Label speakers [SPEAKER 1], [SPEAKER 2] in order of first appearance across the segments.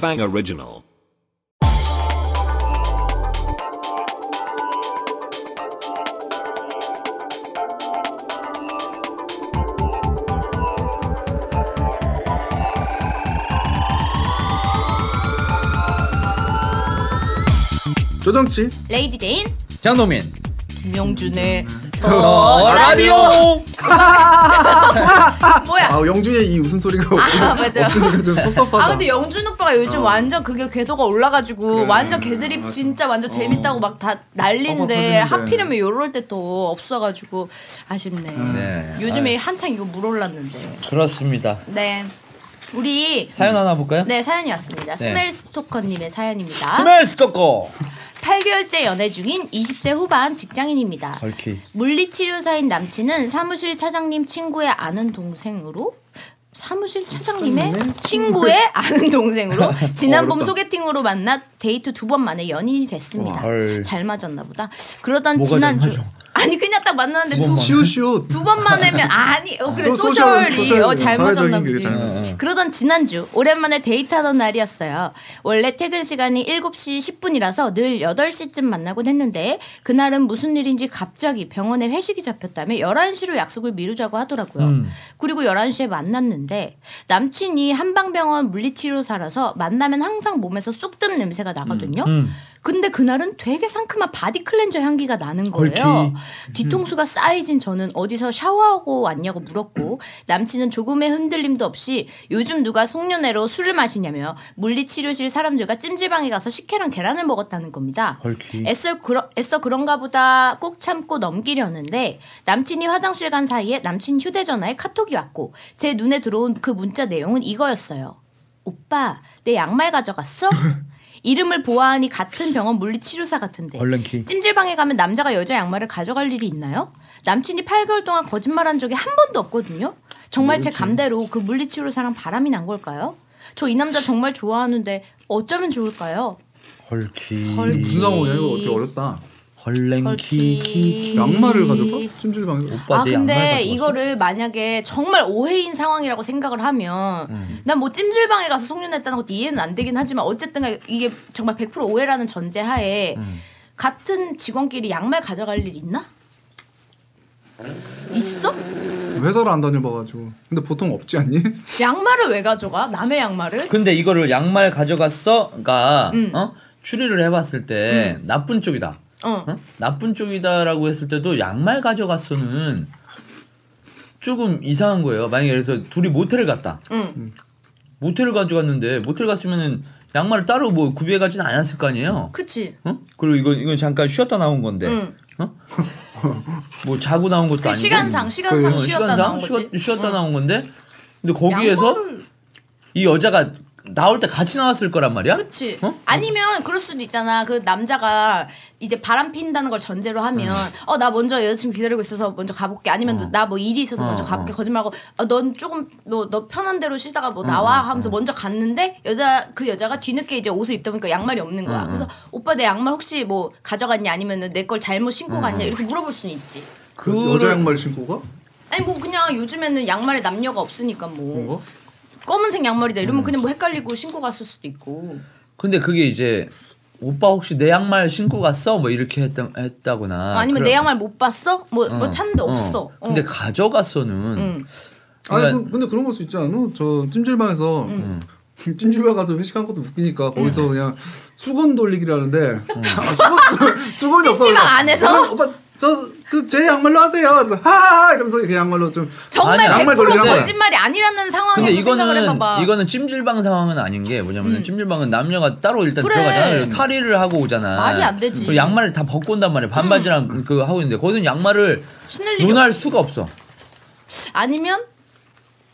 [SPEAKER 1] Bang Original.
[SPEAKER 2] 조정치
[SPEAKER 3] 레이디 제인
[SPEAKER 4] 장동민
[SPEAKER 3] 김영준의
[SPEAKER 4] 어, 라디오
[SPEAKER 3] 뭐야?
[SPEAKER 2] 아 영준의 이 웃음소리가
[SPEAKER 3] 아 맞아요.
[SPEAKER 2] 없으니까 좀 섭섭하다
[SPEAKER 3] 아 근데 영준 오빠가 요즘
[SPEAKER 2] 그 어.
[SPEAKER 3] 완전 그게 궤도가 올라가지고
[SPEAKER 2] 그래.
[SPEAKER 3] 완전 개드립
[SPEAKER 2] 맞아.
[SPEAKER 3] 진짜 완전
[SPEAKER 2] 어.
[SPEAKER 3] 재밌다고 막 다 난리인데
[SPEAKER 2] 어, 막 터지는데.
[SPEAKER 3] 하필이면 요럴 때 또 없어가지고 아쉽네.
[SPEAKER 2] 음.
[SPEAKER 4] 네.
[SPEAKER 3] 요즘에
[SPEAKER 2] 아.
[SPEAKER 3] 한창 이거 물올랐는데.
[SPEAKER 4] 그렇습니다
[SPEAKER 3] 네. 우리
[SPEAKER 4] 사연 하나 볼까요?
[SPEAKER 3] 네 사연이 왔습니다.
[SPEAKER 4] 네.
[SPEAKER 3] 스멜 스토커님의 사연입니다.
[SPEAKER 4] 스멜 스토커
[SPEAKER 3] 8개월째 연애 중인 20대 후반 직장인입니다.
[SPEAKER 4] 걸키
[SPEAKER 3] 물리치료사인 남친은 사무실 차장님 친구의 아는 동생으로 사무실 차장님의 친구의 아는 동생으로 지난봄
[SPEAKER 2] 어렵다.
[SPEAKER 3] 소개팅으로 만나 데이트 두 번 만에 연인이 됐습니다.
[SPEAKER 4] 와, 헐.
[SPEAKER 3] 잘 맞았나 보다. 그러던
[SPEAKER 4] 뭐가 잘
[SPEAKER 3] 지난주
[SPEAKER 4] 맞아?
[SPEAKER 3] 아니 그냥 딱 만났는데 두
[SPEAKER 2] 시옷시옷
[SPEAKER 3] 두 번 만에면 아니 어 그래
[SPEAKER 2] 소- 소셜,
[SPEAKER 3] 소셜이
[SPEAKER 2] 소셜,
[SPEAKER 3] 어, 잘
[SPEAKER 2] 사회적인
[SPEAKER 3] 맞았나
[SPEAKER 2] 그게
[SPEAKER 3] 보지
[SPEAKER 2] 잘 맞-
[SPEAKER 4] 음.
[SPEAKER 3] 그러던 지난주 오랜만에 데이트하던 날이었어요 원래 퇴근 시간이 7시 10분이라서 늘 8시쯤 만나곤 했는데 그날은 무슨 일인지 갑자기 병원에 회식이 잡혔다며 11시로 약속을 미루자고 하더라고요
[SPEAKER 4] 음.
[SPEAKER 3] 그리고 11시에 만났는데 남친이 한방병원 물리치료사라서 만나면 항상 몸에서 쑥뜸 냄새가 나거든요
[SPEAKER 4] 음.
[SPEAKER 3] 근데 그날은 되게 상큼한 바디 클렌저 향기가 나는 거예요. 음. 뒤통수가 쌓이진 저는 어디서 샤워하고 왔냐고 물었고 남친은 조금의 흔들림도 없이 요즘 누가 송년회로 술을 마시냐며 물리치료실 사람들과 찜질방에 가서 식혜랑 계란을 먹었다는 겁니다.
[SPEAKER 4] 걸키
[SPEAKER 3] 애써, 그러, 애써 그런가 보다 꾹 참고 넘기려는데 남친이 화장실 간 사이에 남친 휴대전화에 카톡이 왔고 제 눈에 들어온 그 문자 내용은 이거였어요. 오빠 내 양말 가져갔어? 이름을 보아하니 같은 병원 물리치료사 같은데
[SPEAKER 4] 얼른 키
[SPEAKER 3] 찜질방에 가면 남자가 여자 양말을 가져갈 일이 있나요? 남친이 8개월 동안 거짓말한 적이 한 번도 없거든요. 정말 제 감대로 그 물리치료사랑 바람이 난 걸까요? 저 이 남자 정말 좋아하는데 어쩌면 좋을까요?
[SPEAKER 4] 걸키
[SPEAKER 3] 헐.
[SPEAKER 2] 무슨 상황이야 이거 어떻게 어렵다 음,
[SPEAKER 4] 헐랭키 키키
[SPEAKER 2] 양말을 가져가? 찜질방에서 어,
[SPEAKER 4] 오빠
[SPEAKER 3] 아
[SPEAKER 4] 내 양말
[SPEAKER 3] 근데
[SPEAKER 4] 가져갔어?
[SPEAKER 3] 이거를 만약에 정말 오해인 상황이라고 생각을 하면
[SPEAKER 4] 음.
[SPEAKER 3] 난 뭐 찜질방에 가서 송년했다는 것도 이해는 안 되긴 하지만 어쨌든 간에 이게 정말 100% 오해라는 전제하에
[SPEAKER 4] 음.
[SPEAKER 3] 같은 직원끼리 양말 가져갈 일 있나? 있어?
[SPEAKER 2] 회사를 안 다녀봐가지고 근데 보통 없지 않니?
[SPEAKER 3] 양말을 왜 가져가? 남의 양말을?
[SPEAKER 4] 근데 이거를 양말 가져갔어가
[SPEAKER 3] 음.
[SPEAKER 4] 어? 추리를 해봤을 때 나쁜 쪽이다
[SPEAKER 3] 어.
[SPEAKER 4] 어? 나쁜 쪽이다라고 했을 때도 양말 가져갔어는 조금 이상한 거예요. 만약에 그래서 둘이 모텔을 갔다.
[SPEAKER 3] 응.
[SPEAKER 4] 모텔을 가져갔는데 모텔 갔으면은 양말을 따로 뭐 구비해 가진 않았을 거 아니에요.
[SPEAKER 3] 그치.
[SPEAKER 4] 어? 그리고 이건 이건 잠깐 쉬었다 나온 건데.
[SPEAKER 3] 응.
[SPEAKER 4] 어? 뭐 자고 나온 것도
[SPEAKER 3] 그
[SPEAKER 4] 아니고.
[SPEAKER 3] 시간상 시간상
[SPEAKER 4] 어,
[SPEAKER 3] 쉬었다
[SPEAKER 4] 시간상
[SPEAKER 3] 나온 거지.
[SPEAKER 4] 쉬었, 다
[SPEAKER 3] 응.
[SPEAKER 4] 나온 건데. 근데 거기에서
[SPEAKER 3] 양말을-
[SPEAKER 4] 이 여자가 나올 때 같이 나왔을 거란 말이야.
[SPEAKER 3] 그치.
[SPEAKER 4] 어?
[SPEAKER 3] 아니면 그럴 수도 있잖아. 그 남자가 이제 바람 핀다는 걸 전제로 하면 어 나 먼저 여자친구 기다리고 있어서 먼저 가볼게. 아니면 나 뭐 일이 있어서
[SPEAKER 4] 음. 어,
[SPEAKER 3] 먼저 가볼게. 거짓말하고 어, 넌 조금 뭐 너 편한 대로 쉬다가 뭐
[SPEAKER 4] 어,
[SPEAKER 3] 나와 하면서 먼저 갔는데 여자 그 여자가 뒤늦게 이제 옷을 입다 보니까 양말이 없는
[SPEAKER 4] 어,
[SPEAKER 3] 거야. 그래서 오빠 내 양말 혹시 뭐 가져갔냐 아니면은 내 걸 잘못 신고
[SPEAKER 4] 음.
[SPEAKER 3] 갔냐 이렇게 물어볼 수는 있지.
[SPEAKER 2] 그
[SPEAKER 4] 그거를-
[SPEAKER 2] 여자 양말 신고 가?
[SPEAKER 3] 아니 뭐 그냥 요즘에는 양말에 남녀가 없으니까 뭐
[SPEAKER 2] 뭔가?
[SPEAKER 3] 검은색 양말이다
[SPEAKER 4] 음.
[SPEAKER 3] 이러면 그냥 뭐 헷갈리고 신고 갔을 수도 있고.
[SPEAKER 4] 근데 그게 이제 오빠 혹시 내 양말 신고 갔어? 뭐 이렇게 했던 했다거나
[SPEAKER 3] 아니면
[SPEAKER 4] 그런-
[SPEAKER 3] 내 양말 못 봤어? 뭐,
[SPEAKER 4] 어,
[SPEAKER 3] 뭐 찾는데
[SPEAKER 4] 어.
[SPEAKER 3] 없어. 어.
[SPEAKER 4] 근데 가져갔어는
[SPEAKER 3] 응.
[SPEAKER 2] 아니
[SPEAKER 4] 그러니까-
[SPEAKER 2] 그, 근데 그런 걸 수 있지 않아? 저 찜질방에서
[SPEAKER 3] 음.
[SPEAKER 2] 찜질방 가서 회식한 것도 웃기니까 거기서 그냥 수건 돌리기라는데 아, 수건, 수건이 없어
[SPEAKER 3] 찜질방 안에서?
[SPEAKER 2] 오빠, 오빠 저그제 양말로 하세요 그래서 하하 이러면서 이렇게 양말로 좀
[SPEAKER 3] 정말
[SPEAKER 4] 아니야,
[SPEAKER 2] 양말
[SPEAKER 3] 100%
[SPEAKER 2] 돌리는데.
[SPEAKER 3] 거짓말이 아니라는 상황에서
[SPEAKER 4] 근데
[SPEAKER 3] 생각을
[SPEAKER 4] 이거는
[SPEAKER 3] 해봐봐.
[SPEAKER 4] 이거는 찜질방 상황은 아닌 게 뭐냐면 은 찜질방은 남녀가 따로 일단
[SPEAKER 3] 그래.
[SPEAKER 4] 들어가잖아. 그리고 탈의를 하고 오잖아.
[SPEAKER 3] 말이 안 되지.
[SPEAKER 4] 그리고 양말을 다 벗고 온단 말이야. 반바지랑 그 하고 있는데 거기는 양말을
[SPEAKER 3] 신을 일이
[SPEAKER 4] 논할 수가 없어.
[SPEAKER 3] 없- 아니면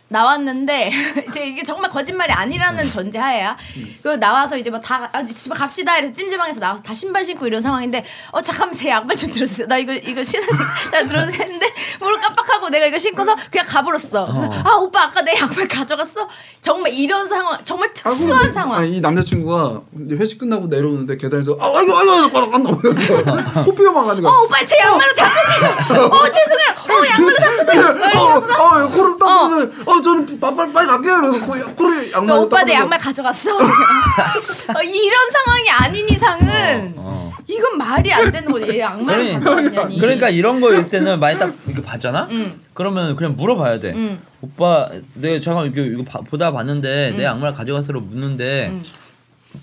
[SPEAKER 3] 나왔는데 이제 이게 정말 거짓말이 아니라는 전제하에야. 그리고 나와서 이제 막다 아, 이제 집에 갑시다 이래서 찜질방에서 나와서 다 신발 신고 이런 상황인데 어 잠깐만 제 양말 좀 들어주세요. 나 이거 이거 신은 나 들어주세요 했는데 무릎 깜빡하고 내가 이거 신고서 그냥 가버렸어. 그래서 아 오빠 아까 내 양말 가져갔어. 정말 이런 상황 정말
[SPEAKER 2] 아, 그럼
[SPEAKER 3] 특수한
[SPEAKER 2] 이-
[SPEAKER 3] 상황.
[SPEAKER 2] 아니, 이 남자친구가 이제 회식 끝나고 내려오는데 계단에서 아, 아이고 아이고 아이고 바닥 간다 그래서 호피가 망가지고
[SPEAKER 3] 어 오빠 제 어, 양말로 닦으세요. 어 죄송해요. 어 양말로 닦으세요.
[SPEAKER 2] 어, 어, 어, 고름 닦으면 어, 어 저는 빠- 빨리 빨리 갈게요. 그래서 그 코를
[SPEAKER 3] 그
[SPEAKER 2] 양말
[SPEAKER 3] 오빠 내 양말 가져갔어. 어, 이런 상황이 아닌 이상은
[SPEAKER 4] 어.
[SPEAKER 3] 이건 말이 안 되는 거지. 얘 양말
[SPEAKER 4] 아니,
[SPEAKER 3] 가져갔냐니.
[SPEAKER 4] 그러니까 이런 거일 때는 많이 딱 이렇게 봤잖아. 그러면 그냥 물어봐야 돼.
[SPEAKER 3] 음.
[SPEAKER 4] 오빠, 내 잠깐 이거, 이거 봐- 보다 봤는데 내 양말 가져갔으러 묻는데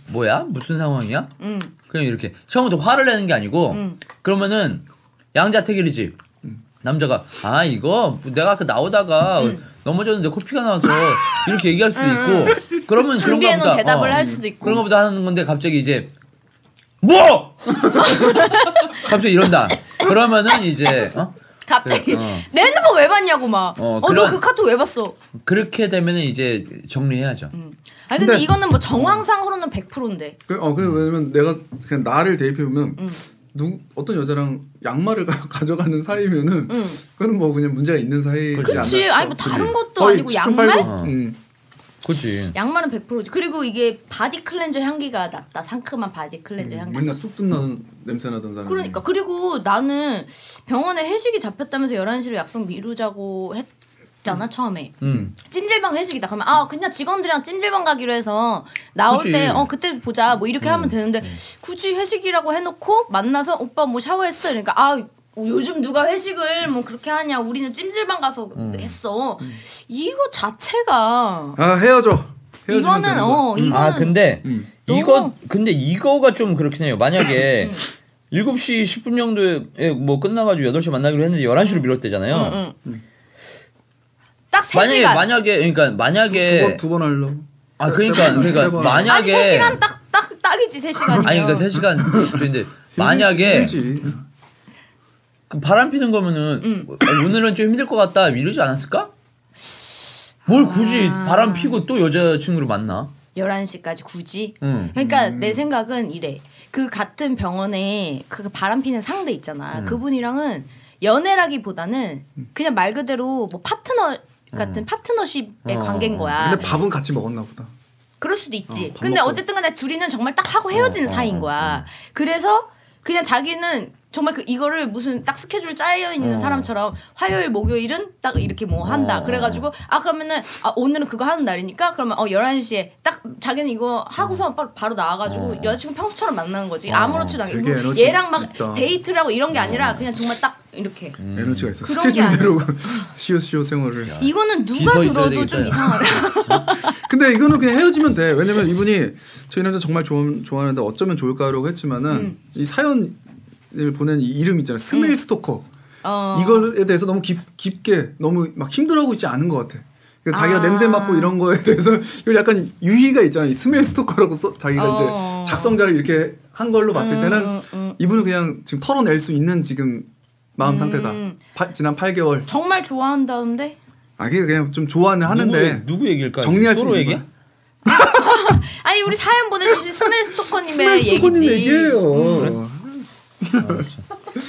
[SPEAKER 4] 뭐야? 무슨 상황이야?
[SPEAKER 3] 음.
[SPEAKER 4] 그냥 이렇게 처음부터 화를 내는 게 아니고
[SPEAKER 3] 음.
[SPEAKER 4] 그러면은 양자택일이지. 남자가 아 이거 내가 아까 나오다가
[SPEAKER 3] 음.
[SPEAKER 4] 넘어졌는데 코피가 나와서 이렇게 얘기할 수도 있고 그러면 그런가
[SPEAKER 3] 음. 준비해놓은
[SPEAKER 4] 보다 어.
[SPEAKER 3] 대답을 할 수도 있고.
[SPEAKER 4] 그런가 보다 하는 건데 갑자기 이제 뭐 갑자기 이런다 그러면은 이제 어?
[SPEAKER 3] 갑자기
[SPEAKER 4] 그, 어.
[SPEAKER 3] 내 핸드폰 왜 봤냐고 막.
[SPEAKER 4] 어,
[SPEAKER 3] 어 너 그
[SPEAKER 4] 그런-
[SPEAKER 3] 카톡 왜 봤어?
[SPEAKER 4] 그렇게 되면은 이제 정리해야죠
[SPEAKER 3] 음. 아니 근데,
[SPEAKER 2] 근데-
[SPEAKER 3] 이거는 뭐 정황상으로는 100%인데.
[SPEAKER 2] 그, 어, 그 왜냐면 내가 그냥 나를 대입해 보면
[SPEAKER 3] 음.
[SPEAKER 2] 누 어떤 여자랑 양말을 가- 가져가는 사이면은 그거는 뭐 그냥 문제가 있는 사이지 않나.
[SPEAKER 3] 음. 그치. 아니 뭐 다른
[SPEAKER 4] 그치.
[SPEAKER 3] 것도
[SPEAKER 2] 거의
[SPEAKER 3] 아니고
[SPEAKER 2] 집중
[SPEAKER 3] 양말?
[SPEAKER 2] 팔고,
[SPEAKER 4] 어.
[SPEAKER 2] 음.
[SPEAKER 4] 그렇지
[SPEAKER 3] 양말은 100%지. 그리고 이게 바디 클렌저 향기가 났다. 상큼한 바디
[SPEAKER 4] 음,
[SPEAKER 3] 클렌저 향기.
[SPEAKER 2] 맨날 쑥뚝 나는 냄새 나던 사람.
[SPEAKER 3] 그러니까 그리고 나는 병원에 회식이 잡혔다면서 11시로 약속 미루자고 했잖아 처음에.
[SPEAKER 4] 음
[SPEAKER 3] 찜질방 회식이다. 그러면 아 그냥 직원들이랑 찜질방 가기로 해서 나올
[SPEAKER 4] 그치.
[SPEAKER 3] 때 어 그때 보자 뭐 이렇게 하면 되는데 굳이 회식이라고 해놓고 만나서 오빠 뭐 샤워했어 그러니까 아 요즘 누가 회식을 뭐 그렇게 하냐 우리는 찜질방 가서 했어 이거 자체가
[SPEAKER 2] 아 헤어져. 헤어지면
[SPEAKER 3] 이거는
[SPEAKER 2] 되는 거야.
[SPEAKER 3] 어 이거는
[SPEAKER 4] 아 근데
[SPEAKER 2] 음.
[SPEAKER 4] 이거
[SPEAKER 3] 너무-
[SPEAKER 4] 근데 이거가 좀 그렇긴 해요. 만약에
[SPEAKER 3] 음.
[SPEAKER 4] 7시 10분 정도에 뭐 끝나가지고 8시 만나기로 했는데 11시로 미뤘대잖아요.
[SPEAKER 3] 응, 응. 딱
[SPEAKER 4] 만약에
[SPEAKER 3] 음, 3시간
[SPEAKER 4] 만약에 그러니까
[SPEAKER 3] 네.
[SPEAKER 4] 만약에
[SPEAKER 2] 두번 하려.
[SPEAKER 4] 아 그러니까 그러니까
[SPEAKER 2] 세 번.
[SPEAKER 3] 아니
[SPEAKER 4] 만약에
[SPEAKER 3] 3시간 딱 딱 딱이지 3시간이면
[SPEAKER 4] 아니 그러니까 3시간 근데 만약에
[SPEAKER 2] 힘들지.
[SPEAKER 4] 그 바람 피는 거면은
[SPEAKER 3] 음.
[SPEAKER 4] 어, 오늘은 좀 힘들 것 같다 이러지 않았을까? 뭘 굳이
[SPEAKER 3] 아.
[SPEAKER 4] 바람 피고 또 여자친구를 만나?
[SPEAKER 3] 11시까지 굳이
[SPEAKER 4] 응.
[SPEAKER 3] 그러니까 내 생각은 이래. 그 같은 병원에 그 바람피는 상대 있잖아. 그분이랑은 연애라기보다는 그냥 말 그대로 뭐 파트너 같은 파트너십의
[SPEAKER 4] 어.
[SPEAKER 3] 관계인 거야.
[SPEAKER 2] 근데 밥은 같이 먹었나 보다.
[SPEAKER 3] 그럴 수도 있지.
[SPEAKER 2] 밥
[SPEAKER 3] 근데
[SPEAKER 2] 먹고.
[SPEAKER 3] 어쨌든 간에 둘이는 정말 딱 하고 헤어지는
[SPEAKER 4] 어, 어,
[SPEAKER 3] 사이인 거야. 그래서 그냥 자기는 정말 그 이거를 무슨 딱 스케줄 짜여 있는
[SPEAKER 4] 어.
[SPEAKER 3] 사람처럼 화요일 목요일은 딱 이렇게 뭐 한다.
[SPEAKER 4] 어.
[SPEAKER 3] 그래가지고 아 그러면은 아 오늘은 그거 하는 날이니까 그러면 어 11시에 딱 자기는 이거 하고서
[SPEAKER 4] 어.
[SPEAKER 3] 바- 바로 나와가지고 여자친구 평소처럼 만나는 거지. 아무렇지도 않게
[SPEAKER 2] 되게
[SPEAKER 3] 뭐
[SPEAKER 2] 에너지
[SPEAKER 3] 얘랑 막
[SPEAKER 2] 있다.
[SPEAKER 3] 데이트라고 이런 게
[SPEAKER 4] 어.
[SPEAKER 3] 아니라 그냥 정말 딱 이렇게.
[SPEAKER 4] 음.
[SPEAKER 2] 에너지가 있어.
[SPEAKER 3] 그런 게
[SPEAKER 2] 스케줄대로 시오시오 생활을.
[SPEAKER 3] 이거는 누가
[SPEAKER 4] 비서 있어야
[SPEAKER 3] 들어도 좀
[SPEAKER 4] 되겠다.
[SPEAKER 3] 이상하다.
[SPEAKER 2] 근데 이거는 그냥 헤어지면 돼. 왜냐면 이분이 저희 남자 정말 좋아, 좋아하는데 어쩌면 좋을까라고 했지만은
[SPEAKER 3] 음.
[SPEAKER 2] 이 사연을 보낸 이 이름 있잖아요. 스멜 스토커.
[SPEAKER 3] 어.
[SPEAKER 2] 이거에 대해서 너무 깊, 깊게 너무 막 힘들어하고 있지 않은 것 같아. 그러니까 자기가
[SPEAKER 3] 아.
[SPEAKER 2] 냄새 맡고 이런 거에 대해서 이거 약간 유희가 있잖아. 이 스멜 스토커라고 써, 자기가
[SPEAKER 3] 어.
[SPEAKER 2] 이제 작성자를 이렇게 한 걸로 봤을 때는
[SPEAKER 3] 음, 음.
[SPEAKER 2] 이분은 그냥 지금 털어낼 수 있는 지금 마음 상태다.
[SPEAKER 3] 음.
[SPEAKER 2] 파- 지난 8개월.
[SPEAKER 3] 정말 좋아한다는데?
[SPEAKER 2] 아, 그게 그냥 좀 좋아는 하는데
[SPEAKER 4] 누구, 누구 얘기일까?
[SPEAKER 2] 정리할 수
[SPEAKER 4] 서로
[SPEAKER 2] 있는
[SPEAKER 4] 얘기?
[SPEAKER 2] 거야?
[SPEAKER 3] 아니 우리 사연 보내주신 스멜 스토커님의
[SPEAKER 2] 스멜 스토커님
[SPEAKER 3] 얘기지. 음.
[SPEAKER 2] 얘기예요.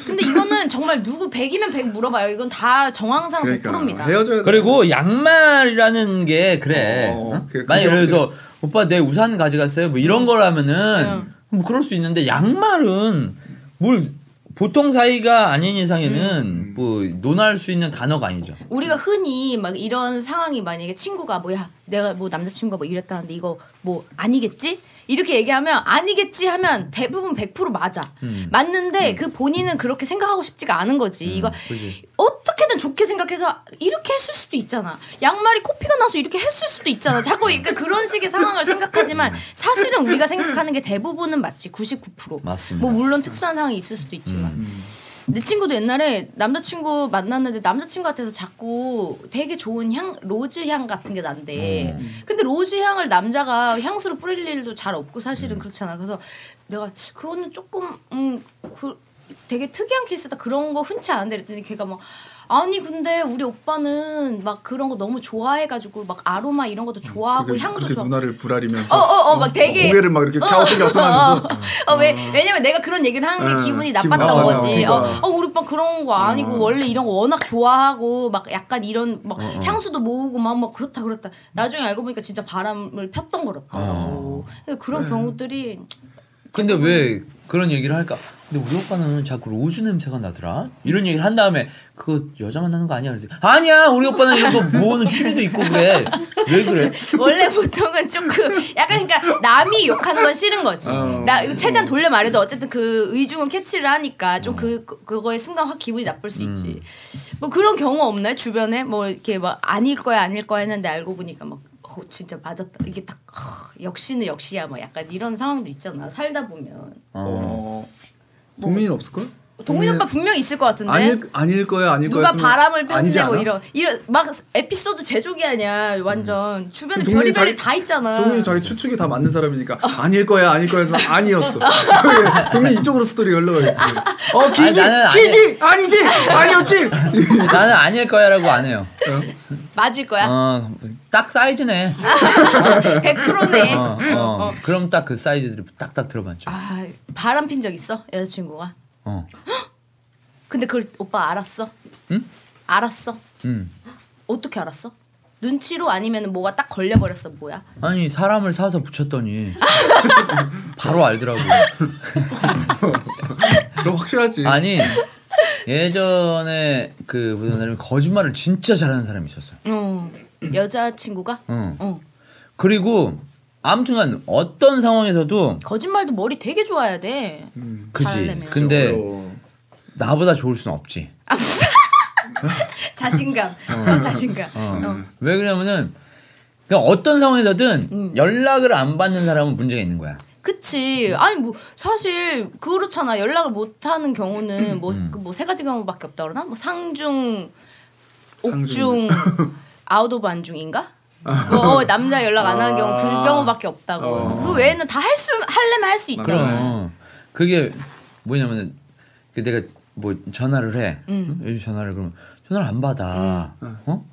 [SPEAKER 3] 근데 이거는 정말 누구 100이면 100 물어봐요. 이건 다 정황상
[SPEAKER 2] 그러니까
[SPEAKER 3] 100%입니다.
[SPEAKER 2] 헤어져야 돼.
[SPEAKER 4] 그리고 양말이라는 게 그래.
[SPEAKER 2] 어,
[SPEAKER 4] 어?
[SPEAKER 2] 그게 그게
[SPEAKER 4] 만약 예를 들어서 오빠 내 우산 가져갔어요. 뭐 이런 거라면은 뭐 그럴 수 있는데 양말은 뭘 보통 사이가 아닌 이상에는
[SPEAKER 2] 음.
[SPEAKER 4] 뭐 논할 수 있는 단어가 아니죠.
[SPEAKER 3] 우리가 흔히 막 이런 상황이 만약에 친구가 뭐야 내가 뭐 남자친구가 뭐 이랬다는데 이거 뭐 아니겠지? 이렇게 얘기하면 아니겠지 하면 대부분 100% 맞아.
[SPEAKER 4] 음.
[SPEAKER 3] 맞는데 그 본인은 그렇게 생각하고 싶지가 않은 거지. 이거
[SPEAKER 4] 그지.
[SPEAKER 3] 어떻게든 좋게 생각해서 이렇게 했을 수도 있잖아. 양말이 코피가 나서 이렇게 했을 수도 있잖아. 자꾸 그러니까 그런 식의 상황을 생각하지만
[SPEAKER 4] 음.
[SPEAKER 3] 사실은 우리가 생각하는 게 대부분은 맞지. 99%.
[SPEAKER 4] 맞습니다. 음,
[SPEAKER 3] 뭐 물론 특수한 상황이 있을 수도 있지만. 내 친구도 옛날에 남자친구 만났는데 남자친구한테서 자꾸 되게 좋은 향 로즈 향 같은 게 난대.
[SPEAKER 2] 음.
[SPEAKER 3] 근데 로즈 향을 남자가 향수로 뿌릴 일도 잘 없고
[SPEAKER 2] 음.
[SPEAKER 3] 사실은 그렇잖아. 그래서 내가 그거는 조금 음그 되게 특이한 케이스다 그런 거 흔치 않은데 그랬더니 걔가 막 아니 근데 우리 오빠는 막 그런 거 너무 좋아해가지고 막 아로마 이런 것도 좋아하고
[SPEAKER 2] 음,
[SPEAKER 3] 뭐
[SPEAKER 2] 그렇게,
[SPEAKER 3] 향도
[SPEAKER 2] 그렇게
[SPEAKER 3] 좋아.
[SPEAKER 2] 누나를 부라리면서
[SPEAKER 3] 어어어 막 되게
[SPEAKER 2] 고개를 막 이렇게 갸우뚱갸우뚱하면서
[SPEAKER 3] 어, 왜, 왜냐면 내가 그런 얘기를 하는 게
[SPEAKER 2] 응,
[SPEAKER 3] 기분이
[SPEAKER 2] 기분
[SPEAKER 3] 나빴던
[SPEAKER 2] 나빠요.
[SPEAKER 3] 거지. 어,
[SPEAKER 2] 그러니까.
[SPEAKER 3] 어, 우리 오빠 그런 거 아니고, 원래 이런 거 워낙 좋아하고, 막 약간 이런, 막 향수도 모으고, 막, 막 그렇다, 그렇다. 나중에 알고 보니까 진짜 바람을
[SPEAKER 2] 어. 네.
[SPEAKER 3] 폈던 거였더라고. 그러니까 그런 경우들이
[SPEAKER 4] 근데 왜 그런 얘기를 할까? 근데 우리 오빠는 자꾸 로즈 냄새가 나더라. 이런 얘기를 한 다음에 그거 여자 만나는 거 아니야? 그래서 아니야 우리 오빠는 이런 거 모으는 취미도 있고 그래. 왜 그래?
[SPEAKER 3] 원래 보통은 조금 약간 그러니까 남이 욕하는 건 싫은 거지.
[SPEAKER 2] 어.
[SPEAKER 3] 나 이거 최대한 돌려 말해도 어쨌든 그 의중은 캐치를 하니까 좀 그
[SPEAKER 2] 어.
[SPEAKER 3] 그거에 순간 확 기분이 나쁠 수 있지.
[SPEAKER 2] 음.
[SPEAKER 3] 뭐 그런 경우 없나요? 주변에 뭐 이렇게 막 아닐 거야 아닐 거야 했는데 알고 보니까 막 어, 진짜 맞았다. 이게 딱 어, 역시는 역시야 뭐 약간 이런 상황도 있잖아. 살다 보면
[SPEAKER 4] 어.
[SPEAKER 2] 동민이 없을걸?
[SPEAKER 3] 뭐 동민 오빠 분명 있을 것 같은데.
[SPEAKER 2] 아닐 아닐 거야 아닐 거야.
[SPEAKER 3] 누가 바람을
[SPEAKER 2] 그 아니지
[SPEAKER 3] 폈냐 뭐
[SPEAKER 2] 않아?
[SPEAKER 3] 이런 이런 막 에피소드 제조기 아니야 완전 주변에
[SPEAKER 2] 음. 동민이
[SPEAKER 3] 별의별이
[SPEAKER 2] 자기-
[SPEAKER 3] 다 있잖아.
[SPEAKER 2] 동민이 자기 추측이 다 맞는 사람이니까
[SPEAKER 3] 어.
[SPEAKER 2] 아닐 거야 아닐 거야 하지만 아니었어. 동민이 이쪽으로 스토리가 흘러가겠지. 어 기지
[SPEAKER 4] 아니, 나는
[SPEAKER 2] 기지 아니지 아니었지.
[SPEAKER 4] 나는 아닐 거야라고 안 해요.
[SPEAKER 3] 맞을 거야.
[SPEAKER 4] 어딱 사이즈네.
[SPEAKER 3] 100%네.
[SPEAKER 4] 어, 어.
[SPEAKER 3] 어.
[SPEAKER 4] 그럼 딱 그 사이즈들이 딱딱 들어맞죠.
[SPEAKER 3] 아 바람 핀 적 있어 여자친구가.
[SPEAKER 4] 어.
[SPEAKER 3] 근데 그걸 오빠 알았어?
[SPEAKER 4] 응?
[SPEAKER 3] 알았어.
[SPEAKER 4] 음.
[SPEAKER 3] 어떻게 알았어? 눈치로 아니면 뭐가 딱 걸려버렸어 뭐야?
[SPEAKER 4] 아니 사람을 사서 붙였더니 바로 알더라고.
[SPEAKER 2] 그럼 확실하지.
[SPEAKER 4] 아니 예전에 그 무슨 사람이 거짓말을 진짜 잘하는 사람이 있었어요.
[SPEAKER 3] 어 여자친구가?
[SPEAKER 4] 응.
[SPEAKER 3] 어
[SPEAKER 4] 그리고 아무튼간 어떤 상황에서도
[SPEAKER 3] 거짓말도 머리 되게 좋아야 돼.
[SPEAKER 4] 음. 그지.
[SPEAKER 3] 잘하려면.
[SPEAKER 4] 근데
[SPEAKER 2] 어려워.
[SPEAKER 4] 나보다 좋을 순 없지.
[SPEAKER 3] 자신감. 저 자신감. 어.
[SPEAKER 4] 음. 왜 그러냐면은 그냥 어떤 상황에서든
[SPEAKER 3] 음.
[SPEAKER 4] 연락을 안 받는 사람은 문제가 있는 거야.
[SPEAKER 3] 그치.
[SPEAKER 4] 음.
[SPEAKER 3] 아니 뭐 사실 그렇잖아. 연락을 못 하는
[SPEAKER 4] 음.
[SPEAKER 3] 경우는 뭐 그 뭐 세 가지 경우밖에 없다 그러나? 뭐 상중,
[SPEAKER 2] 상중.
[SPEAKER 3] 옥중, 아웃 오브 안중인가?
[SPEAKER 4] 아.
[SPEAKER 3] 어, 남자 연락 안 하는 경우 그
[SPEAKER 2] 아.
[SPEAKER 3] 경우밖에 없다고.
[SPEAKER 2] 어.
[SPEAKER 3] 그 외에는 다 할 수 할래면 할 수 있잖아.
[SPEAKER 4] 그럼 그게 뭐냐면은 그 내가 뭐 전화를 해.
[SPEAKER 3] 음.
[SPEAKER 4] 응? 전화를 그러면 전화를 안 받아. 어?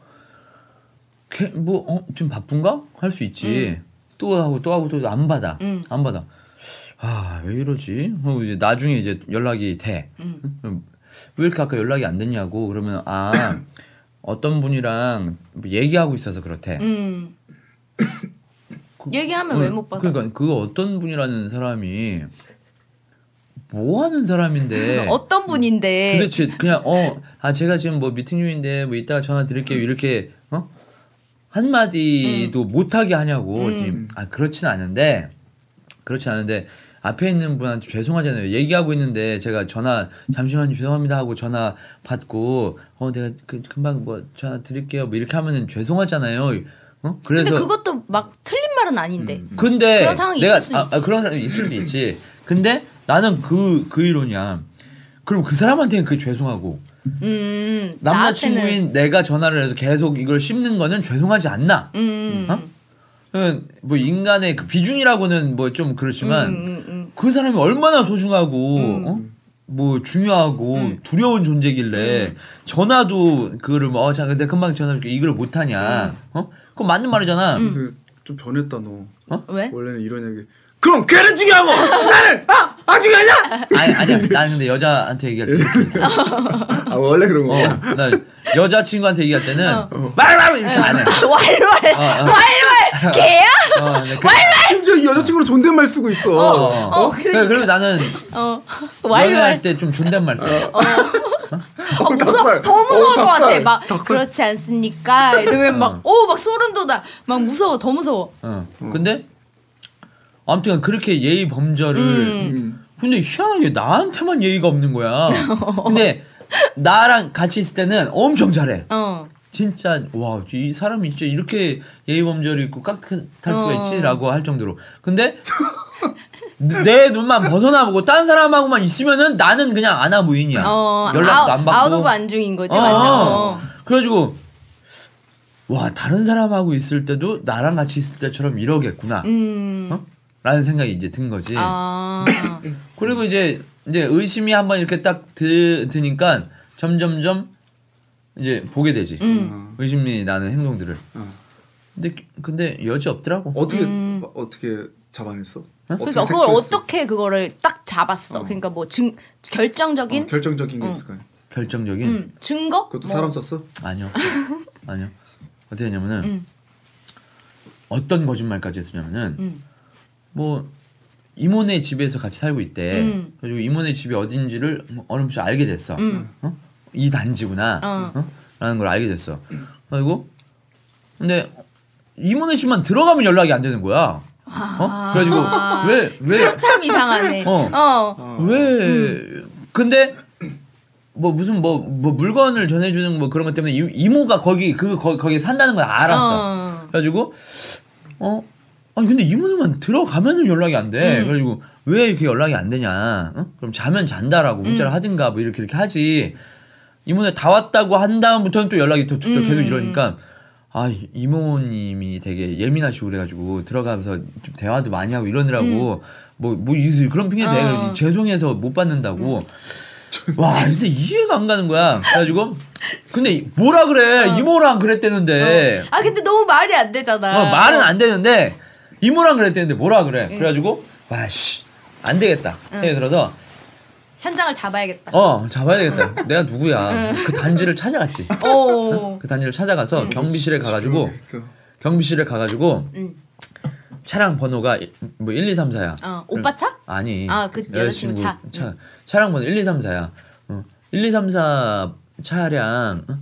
[SPEAKER 4] 걔뭐 어? 지금 바쁜가? 할 수 있지. 또 하고 또 하고 또 안 받아.
[SPEAKER 3] 음.
[SPEAKER 4] 안 받아. 아 왜 이러지? 하고 이제 나중에 이제 연락이 돼.
[SPEAKER 3] 음.
[SPEAKER 4] 응? 왜 이렇게 아까 연락이 안 됐냐고 그러면 아 어떤 분이랑 뭐 얘기하고 있어서 그렇대.
[SPEAKER 3] 음. 얘기하면 왜 못 받아?
[SPEAKER 4] 그 그러니까 그 어떤 분이라는 사람이 뭐 하는 사람인데
[SPEAKER 3] 어떤 분인데
[SPEAKER 4] 도대체 그냥 어 아 제가 지금 뭐 미팅 중인데 뭐 이따가 전화 드릴게요 이렇게 어
[SPEAKER 3] 음.
[SPEAKER 4] 한마디도 못하게 하냐고 지금 아 그렇진 않은데 그렇진 않은데 앞에 있는 분한테 죄송하잖아요 얘기하고 있는데 제가 전화 잠시만요 죄송합니다 하고 전화 받고 어 내가 그, 금방 뭐 전화 드릴게요 뭐 이렇게 하면은 죄송하잖아요 어 그래서 음.
[SPEAKER 3] 근데 그것도 막 틀린 말은 아닌데.
[SPEAKER 4] 근데
[SPEAKER 3] 그런 상황이
[SPEAKER 4] 내가
[SPEAKER 3] 있을 수
[SPEAKER 4] 아, 아,
[SPEAKER 3] 있지.
[SPEAKER 4] 그런 사람이 있을 수 있지. 근데 나는 그 그 이론이야. 그럼 그 사람한테는 그게 죄송하고
[SPEAKER 3] 음. 나한테는
[SPEAKER 4] 남자친구인 내가 전화를 해서 계속 이걸 씹는 거는 죄송하지 않나?
[SPEAKER 3] 음.
[SPEAKER 4] 어? 응, 뭐 인간의 그 비중이라고는 뭐 좀 그렇지만
[SPEAKER 3] 음, 음, 음.
[SPEAKER 4] 그 사람이 얼마나 소중하고 어? 뭐 중요하고
[SPEAKER 3] 음.
[SPEAKER 4] 두려운 존재길래 전화도 그거를 뭐 어, 자, 근데 금방 전화 줄게 이걸 못하냐?
[SPEAKER 3] 음.
[SPEAKER 4] 어? 그거 맞는 말이잖아.
[SPEAKER 2] 그좀 변했다 너.
[SPEAKER 3] 왜?
[SPEAKER 2] 원래는 이런 얘기. 그럼 걔는 중요하고 나는 아 아직 아니야.
[SPEAKER 4] 아니 아니야. 난 근데 여자한테 얘기할 때
[SPEAKER 2] 아 원래 그런 거. 야
[SPEAKER 4] 어, 나 여자 친구한테 얘기할 때는
[SPEAKER 3] 어.
[SPEAKER 4] 말말 이렇게 안 해.
[SPEAKER 3] 왈왈
[SPEAKER 4] 어.
[SPEAKER 3] 왈왈 개야?
[SPEAKER 4] 어, 근데 그,
[SPEAKER 2] 심지어 이 여자친구로 존댓말 쓰고 있어.
[SPEAKER 4] 어.
[SPEAKER 3] 어,
[SPEAKER 4] 그래, 그리고 나는
[SPEAKER 3] 어.
[SPEAKER 4] 연애할
[SPEAKER 3] 왈왈.
[SPEAKER 4] 때 좀 존댓말 써.
[SPEAKER 3] 어, 무서
[SPEAKER 2] 닭살.
[SPEAKER 3] 더 무서울
[SPEAKER 2] 어,
[SPEAKER 3] 것
[SPEAKER 2] 닭살.
[SPEAKER 3] 같아. 막
[SPEAKER 2] 닭살.
[SPEAKER 3] 그렇지 않습니까? 이러면
[SPEAKER 4] 음.
[SPEAKER 3] 막 오 막 소름 돋아. 막 무서워. 더 무서워.
[SPEAKER 4] 어. 근데 아무튼 그렇게 예의 범절을
[SPEAKER 2] 음.
[SPEAKER 4] 근데 희한하게 나한테만 예의가 없는 거야. 근데 나랑 같이 있을 때는 엄청 잘해.
[SPEAKER 3] 어.
[SPEAKER 4] 진짜 와 이 사람이 진짜 이렇게 예의 범절이 있고 깍듯할 수가
[SPEAKER 3] 어.
[SPEAKER 4] 있지라고 할 정도로 근데 내 눈만 벗어나보고 딴 사람하고만 있으면은 나는 그냥 아나 무인이야
[SPEAKER 3] 어.
[SPEAKER 4] 연락도
[SPEAKER 3] 아웃-
[SPEAKER 4] 안 받고
[SPEAKER 3] 아웃 오브 안중인 거지.
[SPEAKER 4] 어,
[SPEAKER 3] 완전.
[SPEAKER 4] 어.
[SPEAKER 3] 어.
[SPEAKER 4] 그래가지고 와 다른 사람하고 있을 때도 나랑 같이 있을 때처럼 이러겠구나
[SPEAKER 3] 음.
[SPEAKER 4] 어? 라는 생각이 이제 든 거지
[SPEAKER 3] 아.
[SPEAKER 4] 그리고 이제 이제 의심이 한번 이렇게 딱 드, 드니까 점점점 이제 보게 되지
[SPEAKER 3] 음.
[SPEAKER 4] 의심이 나는 행동들을.
[SPEAKER 2] 어.
[SPEAKER 4] 근데 근데 여지 없더라고.
[SPEAKER 2] 어떻게 어떻게 잡아냈어? 어떻게
[SPEAKER 3] 음. 그러니까 그걸
[SPEAKER 2] 색출했어?
[SPEAKER 3] 어떻게 그거를 딱 잡았어. 그러니까 뭐 증 결정적인
[SPEAKER 2] 어, 결정적인 게 있을 거야.
[SPEAKER 4] 결정적인
[SPEAKER 3] 음. 증거?
[SPEAKER 2] 그것도
[SPEAKER 3] 뭐.
[SPEAKER 2] 사람 썼어?
[SPEAKER 4] 아니요 아니요 어떻게 했냐면은
[SPEAKER 3] 음.
[SPEAKER 4] 어떤 거짓말까지 했으냐면은
[SPEAKER 3] 음.
[SPEAKER 4] 뭐 이모네 집에서 같이 살고 있대.
[SPEAKER 3] 음.
[SPEAKER 4] 그리고 이모네 집이 어딘지를 뭐 어느 날 알게 됐어.
[SPEAKER 3] 음.
[SPEAKER 4] 어? 이 단지구나.
[SPEAKER 3] 어.
[SPEAKER 4] 어? 라는 걸 알게 됐어. 그리고 근데 이모네 집만 들어가면 연락이 안 되는 거야. 어? 그래가지고
[SPEAKER 3] 아.
[SPEAKER 4] 왜 왜,
[SPEAKER 3] 그건 참 이상하네.
[SPEAKER 4] 네. 어.
[SPEAKER 3] 어. 음.
[SPEAKER 4] 왜 근데 뭐 무슨 뭐, 뭐 물건을 전해주는 뭐 그런 것 때문에 이- 이모가 거기 그 거, 거기 산다는 걸 알았어.
[SPEAKER 3] 어.
[SPEAKER 4] 그래가지고 어 아니 근데 이모네만 들어가면은 연락이 안 돼.
[SPEAKER 3] 음.
[SPEAKER 4] 그래가지고 왜 이렇게 연락이 안 되냐? 어? 그럼 자면 잔다라고 문자를
[SPEAKER 3] 음.
[SPEAKER 4] 하든가 뭐 이렇게 이렇게 하지. 이모네 다 왔다고 한 다음부터는 또 연락이 또, 또 계속
[SPEAKER 3] 음.
[SPEAKER 4] 이러니까. 아 이- 이모님이 되게 예민하시고 그래가지고 들어가면서 좀 대화도 많이 하고 이러느라고 뭐 뭐 그런 핑계 대
[SPEAKER 3] 음. 어. 음.
[SPEAKER 4] 죄송해서 못 받는다고 와 근데 이해가 안 가는 거야 그래가지고 근데 뭐라 그래
[SPEAKER 3] 어.
[SPEAKER 4] 이모랑 그랬대는데
[SPEAKER 3] 아 근데 너무 말이 안 되잖아. 예.
[SPEAKER 4] 네. 어, 말은 안 되는데 이모랑 그랬대는데 뭐라 그래 그래가지고 와씨안 되겠다 생각이 들어서
[SPEAKER 3] 현장을 잡아야겠다.
[SPEAKER 4] 어 잡아야 되겠다 내가 누구야 그 단지를 찾아갔지
[SPEAKER 3] 오.
[SPEAKER 4] 그 단지를 찾아가서 경비실에 가가지고
[SPEAKER 2] 네, 그,
[SPEAKER 4] 경비실에 가가지고
[SPEAKER 3] 음.
[SPEAKER 4] 차량 번호가 이- 뭐 1, 2, 3, 4야.
[SPEAKER 3] 어, 오빠 차?
[SPEAKER 4] 아니.
[SPEAKER 3] 아, 그 여자친구 차.
[SPEAKER 4] 차량 번호 1, 2, 3, 4야. 어, 1, 2, 3, 4 차량 어?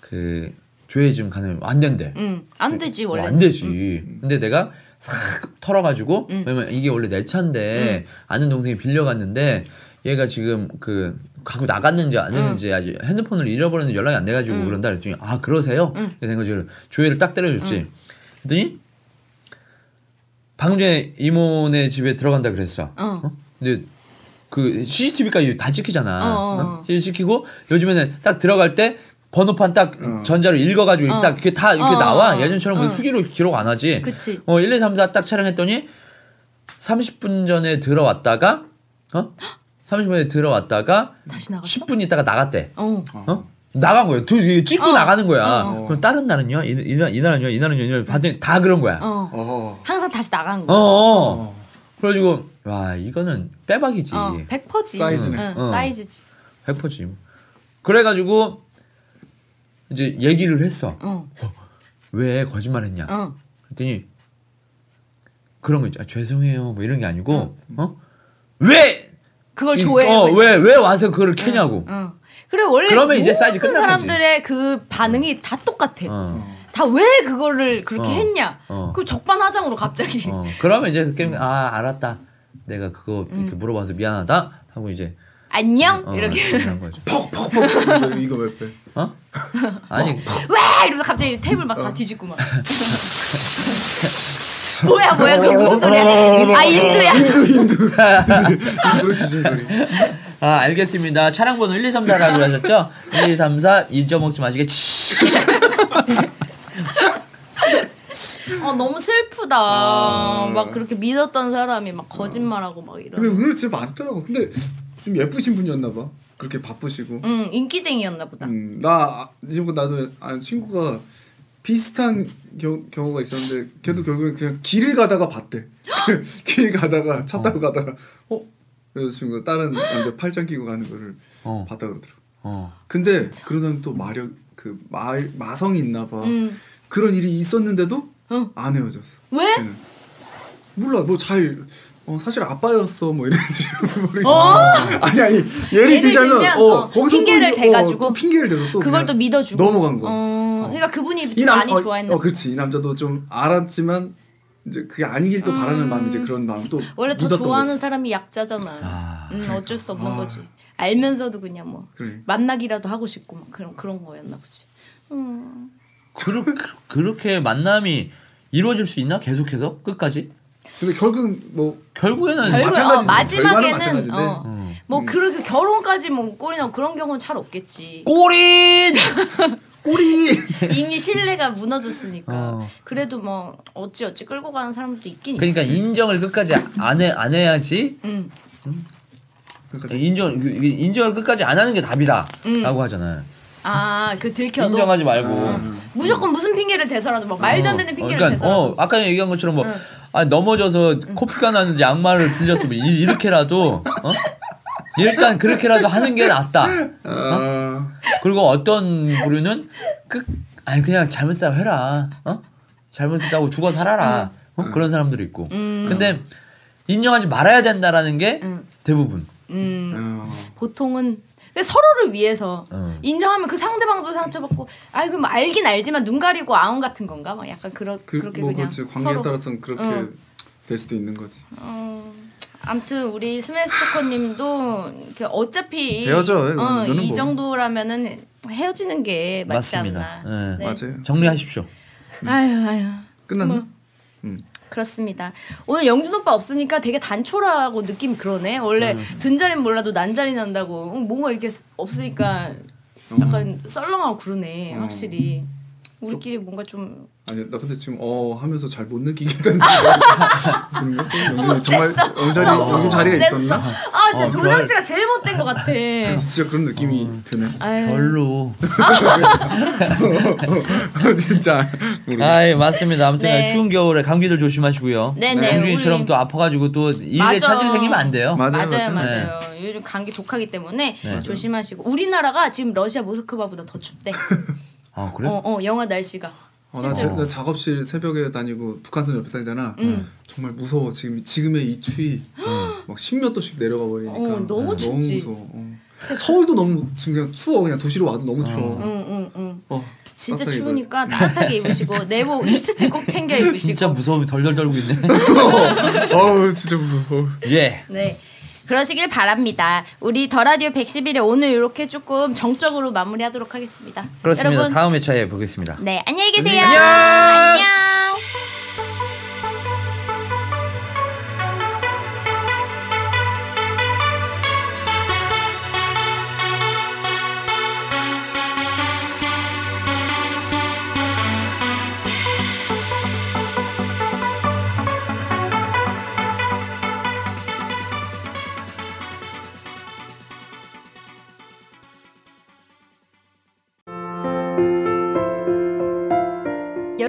[SPEAKER 4] 그 조회 좀 가능해. 안 된대.
[SPEAKER 3] 응. 안 되지 원래.
[SPEAKER 4] 어, 안 되지. 근데 내가 싹 털어가지고 왜냐면 이게 원래 내 차인데 아는 동생이 빌려갔는데 얘가 지금 그 갖고 나갔는지 안 했는지 아직 핸드폰을 잃어버렸는지 연락이 안 돼가지고 그런다 그랬더니 아 그러세요? 그래서 내가 조회를 딱 때려줬지. 그랬더니 방금 전에 이모네 집에 들어간다 그랬어.
[SPEAKER 3] 어.
[SPEAKER 4] 어? 근데 그 CCTV까지 다
[SPEAKER 3] 어,
[SPEAKER 4] 찍히잖아.
[SPEAKER 3] 어, 어.
[SPEAKER 4] 어? 찍히고 요즘에는 딱 들어갈 때 번호판 딱
[SPEAKER 2] 어.
[SPEAKER 4] 전자로 읽어가지고 딱 이렇게 다 이렇게
[SPEAKER 3] 어,
[SPEAKER 4] 나와
[SPEAKER 3] 어, 어.
[SPEAKER 4] 예전처럼 그
[SPEAKER 3] 어.
[SPEAKER 4] 수기로 기록 안 하지.
[SPEAKER 3] 그치.
[SPEAKER 4] 어 1, 2, 3, 4 딱 촬영했더니 30분 전에 들어왔다가 어 30분 전에 들어왔다가
[SPEAKER 3] 다시 나갔어.
[SPEAKER 4] 10분 있다가 나갔대.
[SPEAKER 3] 어.
[SPEAKER 4] 어? 나간 거예요. 두- 이게 찍고
[SPEAKER 3] 어.
[SPEAKER 4] 나가는 거야.
[SPEAKER 3] 어,
[SPEAKER 2] 어.
[SPEAKER 4] 그럼 다른 날은요? 이, 이, 날- 이 날은요? 이 날은요? 이 날은요? 봤더니 다 그런 거야.
[SPEAKER 3] 어.
[SPEAKER 2] 어.
[SPEAKER 3] 항상 다시 나간
[SPEAKER 4] 어,
[SPEAKER 3] 거.
[SPEAKER 4] 어. 그래가지고 와 이거는 빼박이지.
[SPEAKER 3] 어. 100%지.
[SPEAKER 2] 사이즈네.
[SPEAKER 3] 응,
[SPEAKER 4] 어.
[SPEAKER 3] 사이즈지.
[SPEAKER 4] 100%지. 그래가지고 이제 얘기를 했어.
[SPEAKER 3] 어.
[SPEAKER 4] 왜 거짓말했냐?
[SPEAKER 3] 어.
[SPEAKER 4] 그랬더니 그런 거 있죠. 아, 죄송해요. 뭐 이런 게 아니고 어? 왜?
[SPEAKER 3] 그걸
[SPEAKER 4] 이-
[SPEAKER 3] 조회.
[SPEAKER 4] 어, 왜, 왜 와서 그걸 캐냐고.
[SPEAKER 3] 응. 그래 원래
[SPEAKER 4] 그러면 이제
[SPEAKER 3] 모든
[SPEAKER 4] 사이즈 끝난 거지.
[SPEAKER 3] 사람들의 그 반응이 다 똑같아.
[SPEAKER 4] 어.
[SPEAKER 3] 다 왜 그거를 그렇게
[SPEAKER 4] 어.
[SPEAKER 3] 했냐?
[SPEAKER 4] 어.
[SPEAKER 3] 그 적반하장으로 갑자기.
[SPEAKER 4] 어. 그러면 이제 게임 아 알았다. 내가 그거 이렇게 물어봐서 미안하다 하고 이제
[SPEAKER 3] 안녕
[SPEAKER 4] 어,
[SPEAKER 3] 이렇게
[SPEAKER 4] 얘기한 거죠.
[SPEAKER 2] 퍽퍽퍽 이거, 이거 왜 빼?
[SPEAKER 4] 어? 아니
[SPEAKER 3] 와 이러면서 갑자기 테이블 막 다
[SPEAKER 4] 어.
[SPEAKER 3] 뒤집고 막. 뭐야 뭐야 그게 무슨 소리야?
[SPEAKER 4] 어.
[SPEAKER 3] 아 인도야.
[SPEAKER 2] 인도로 지진 소리.
[SPEAKER 4] 아, 알겠습니다. 차량 번호 1234라고 하셨죠? 1234 잊어먹지 마시게. 치.
[SPEAKER 3] 어 너무 슬프다. 막 그렇게 믿었던 사람이 막 거짓말하고 막
[SPEAKER 2] 근데
[SPEAKER 3] 이런.
[SPEAKER 2] 오늘 진짜 많더라고. 근데 좀 예쁘신 분이었나 봐. 그렇게 바쁘시고.
[SPEAKER 3] 응 인기쟁이였나 보다.
[SPEAKER 2] 음, 나 아, 이 친구 나도 아는 친구가 비슷한 겨, 경우가 있었는데 걔도
[SPEAKER 4] 음.
[SPEAKER 2] 결국엔 그냥 길을 가다가 봤대. 길 가다가 차 타고 가다가 어 여자친구가 다른 남자 팔짱 끼고 가는 거를
[SPEAKER 4] 어.
[SPEAKER 2] 봤다 그러더라고.
[SPEAKER 4] 어.
[SPEAKER 2] 근데 그런 사람 또 마력 그 마, 마성이 있나 봐.
[SPEAKER 3] 음.
[SPEAKER 2] 그런 일이 있었는데도
[SPEAKER 3] 응.
[SPEAKER 2] 안 헤어졌어.
[SPEAKER 3] 왜?
[SPEAKER 2] 걔는. 몰라 뭐 잘 어, 사실 아빠였어 뭐 이런지 모르겠어.
[SPEAKER 3] 어?
[SPEAKER 2] 아니 아니 예를
[SPEAKER 3] 예를
[SPEAKER 2] 들자면
[SPEAKER 3] 들면,
[SPEAKER 2] 어,
[SPEAKER 3] 어,
[SPEAKER 2] 거기서
[SPEAKER 3] 핑계를
[SPEAKER 2] 또, 이-
[SPEAKER 3] 대가지고
[SPEAKER 2] 어, 또 핑계를 대서 또
[SPEAKER 3] 그걸
[SPEAKER 2] 그냥
[SPEAKER 3] 또 믿어주고.
[SPEAKER 2] 넘어간 거.
[SPEAKER 3] 어,
[SPEAKER 2] 어.
[SPEAKER 3] 그러니까 그분이
[SPEAKER 2] 이
[SPEAKER 3] 좀
[SPEAKER 2] 남-
[SPEAKER 3] 많이
[SPEAKER 2] 어,
[SPEAKER 3] 좋아했나
[SPEAKER 2] 어,
[SPEAKER 3] 보다.
[SPEAKER 2] 그렇지 이 남자도 좀 알았지만 이제 그게 아니길 또 바라는 마음 이제 그런 마음 또
[SPEAKER 3] 원래 더
[SPEAKER 2] 묻었던
[SPEAKER 3] 좋아하는
[SPEAKER 2] 거지.
[SPEAKER 3] 사람이 약자잖아.
[SPEAKER 4] 아.
[SPEAKER 3] 음, 어쩔 수 없는
[SPEAKER 2] 아.
[SPEAKER 3] 거지. 알면서도 그냥 뭐
[SPEAKER 2] 그래.
[SPEAKER 3] 만나기라도 하고 싶고 막 그런 그런 거였나 보지. 음.
[SPEAKER 4] 그러, 그렇게 만남이 이루어질 수 있나? 계속해서? 끝까지?
[SPEAKER 2] 근데 결국 뭐
[SPEAKER 4] 결국에는
[SPEAKER 3] 결국 어,
[SPEAKER 2] 마찬가지지. 뭐 결과는
[SPEAKER 3] 마지막에는
[SPEAKER 2] 마찬가지인데.
[SPEAKER 3] 어,
[SPEAKER 4] 음.
[SPEAKER 3] 뭐 그렇게 결혼까지 뭐 꼴이나 그런 경우는 잘 없겠지.
[SPEAKER 4] 꼬린!
[SPEAKER 2] 꼬리
[SPEAKER 3] 이미 신뢰가 무너졌으니까
[SPEAKER 4] 어.
[SPEAKER 3] 그래도 뭐 어찌 어찌 끌고 가는 사람도 있긴 있어.
[SPEAKER 4] 그러니까 인정을 끝까지 안, 해, 안 해야지.
[SPEAKER 3] 음.
[SPEAKER 4] 인정, 이게 인정을 끝까지 안 하는 게 답이다.
[SPEAKER 3] 음. 그러니까
[SPEAKER 4] 라고 하잖아요.
[SPEAKER 3] 아그 들켜도
[SPEAKER 4] 인정하지 말고.
[SPEAKER 3] 무조건 무슨 핑계를 대서라도 막 말도 안 되는
[SPEAKER 4] 어,
[SPEAKER 3] 어. 핑계를
[SPEAKER 4] 그러니까,
[SPEAKER 3] 대서라도
[SPEAKER 4] 어, 아까 얘기한 것처럼 뭐
[SPEAKER 3] 응.
[SPEAKER 4] 아, 넘어져서 코피가 나는 양말을 빌렸어 뭐 이- 이렇게라도 어? 일단 그렇게라도 하는 게 낫다.
[SPEAKER 3] 어?
[SPEAKER 2] 아,
[SPEAKER 4] 그리고 어떤 부류는 끝 아니 그냥 잘못했다고
[SPEAKER 3] 음.
[SPEAKER 4] 해라. 어? 잘못했다고 죽어 살아라. 어? 그런 사람들이 있고. 근데 인정하지 말아야 된다라는 게
[SPEAKER 3] 음.
[SPEAKER 4] 대부분.
[SPEAKER 3] 음
[SPEAKER 2] 어.
[SPEAKER 3] 보통은 근데 서로를 위해서
[SPEAKER 4] 음.
[SPEAKER 3] 인정하면 그 상대방도 상처받고 아 이거 뭐 알긴 알지만 눈 가리고 아웅 같은 건가 막 약간 그런
[SPEAKER 2] 그,
[SPEAKER 3] 그, 렇게
[SPEAKER 2] 뭐
[SPEAKER 3] 그냥
[SPEAKER 2] 그렇지 관계에
[SPEAKER 3] 서로. 어.
[SPEAKER 2] 따라서는 그렇게
[SPEAKER 3] 응.
[SPEAKER 2] 될 수도 있는 거지.
[SPEAKER 3] 어, 아무튼 우리 스매스토커님도 이렇게 어차피 이-
[SPEAKER 2] 헤어져요, 이건.
[SPEAKER 3] 어,
[SPEAKER 2] 이거는
[SPEAKER 3] 이
[SPEAKER 2] 뭐.
[SPEAKER 3] 정도라면은 헤어지는 게 맞지
[SPEAKER 4] 맞습니다.
[SPEAKER 3] 않나.
[SPEAKER 4] 네.
[SPEAKER 2] 맞아요.
[SPEAKER 4] 정리하십시오.
[SPEAKER 3] 아유 아유.
[SPEAKER 2] 끝났나?
[SPEAKER 3] 뭐.
[SPEAKER 2] 응.
[SPEAKER 3] 음. 그렇습니다. 오늘 영준 오빠 없으니까 되게 단촐하고 느낌 그러네. 원래 든 자리는 몰라도 난 자리 난다고 응, 뭔가 이렇게 없으니까 약간 썰렁하고 그러네.
[SPEAKER 2] 어.
[SPEAKER 3] 확실히 우리끼리 뭔가 좀
[SPEAKER 2] 아니 나 근데 지금 어 하면서 잘 못 느끼겠다는 생각이 드는 거 정말 여기 자리
[SPEAKER 3] 어,
[SPEAKER 2] 여기 자리가
[SPEAKER 3] 됐어.
[SPEAKER 2] 있었나?
[SPEAKER 3] 아 진짜
[SPEAKER 4] 어,
[SPEAKER 3] 조정치가 제일 못된 것 같아.
[SPEAKER 2] 진짜 그런 느낌이 드네.
[SPEAKER 3] 아유.
[SPEAKER 4] 별로.
[SPEAKER 2] 어, 진짜 모르겠어.
[SPEAKER 4] 아, 예, 맞습니다. 아무튼
[SPEAKER 3] 네.
[SPEAKER 4] 추운 겨울에 감기들 조심하시고요.
[SPEAKER 3] 네, 네,
[SPEAKER 4] 영준이처럼
[SPEAKER 3] 우리-
[SPEAKER 4] 또 아파가지고 또 일에
[SPEAKER 3] 맞아.
[SPEAKER 4] 차질이 생기면 안 돼요.
[SPEAKER 2] 맞아요,
[SPEAKER 3] 맞아요, 맞아요.
[SPEAKER 2] 맞아요.
[SPEAKER 3] 요즘 감기 독하기 때문에
[SPEAKER 4] 네.
[SPEAKER 3] 조심하시고 우리나라가 지금 러시아 모스크바보다 더 춥대.
[SPEAKER 4] 아, 그래?
[SPEAKER 3] 어, 어, 영하 날씨가.
[SPEAKER 2] 어, 나
[SPEAKER 4] 실제로.
[SPEAKER 2] 지금 작업실 새벽에 다니고 북한선 옆에 살잖아.
[SPEAKER 3] 음.
[SPEAKER 2] 정말 무서워 지금 지금의 이 추위 막 십몇 도씩 내려가 버리니까
[SPEAKER 3] 어, 너무 춥지.
[SPEAKER 2] 무서워. 어. 서울도 너무 지금 그냥 추워 그냥 도시로 와도 너무 추워.
[SPEAKER 3] 응, 응, 응.
[SPEAKER 2] 어,
[SPEAKER 3] 진짜
[SPEAKER 2] 깜짝이야.
[SPEAKER 3] 추우니까 따뜻하게 입으시고 내복 이스트 꼭 챙겨 입으시고.
[SPEAKER 4] 진짜 무서움이 덜덜 떨고 있네.
[SPEAKER 2] 어우 진짜 무서워.
[SPEAKER 4] 예.
[SPEAKER 3] 네. 그러시길 바랍니다. 우리 더 라디오 111에 오늘 이렇게 조금 정적으로 마무리하도록 하겠습니다.
[SPEAKER 4] 그렇습니다.
[SPEAKER 3] 여러분,
[SPEAKER 4] 다음 회차에 보겠습니다.
[SPEAKER 3] 네, 안녕히 계세요.
[SPEAKER 4] 안녕.
[SPEAKER 3] 안녕.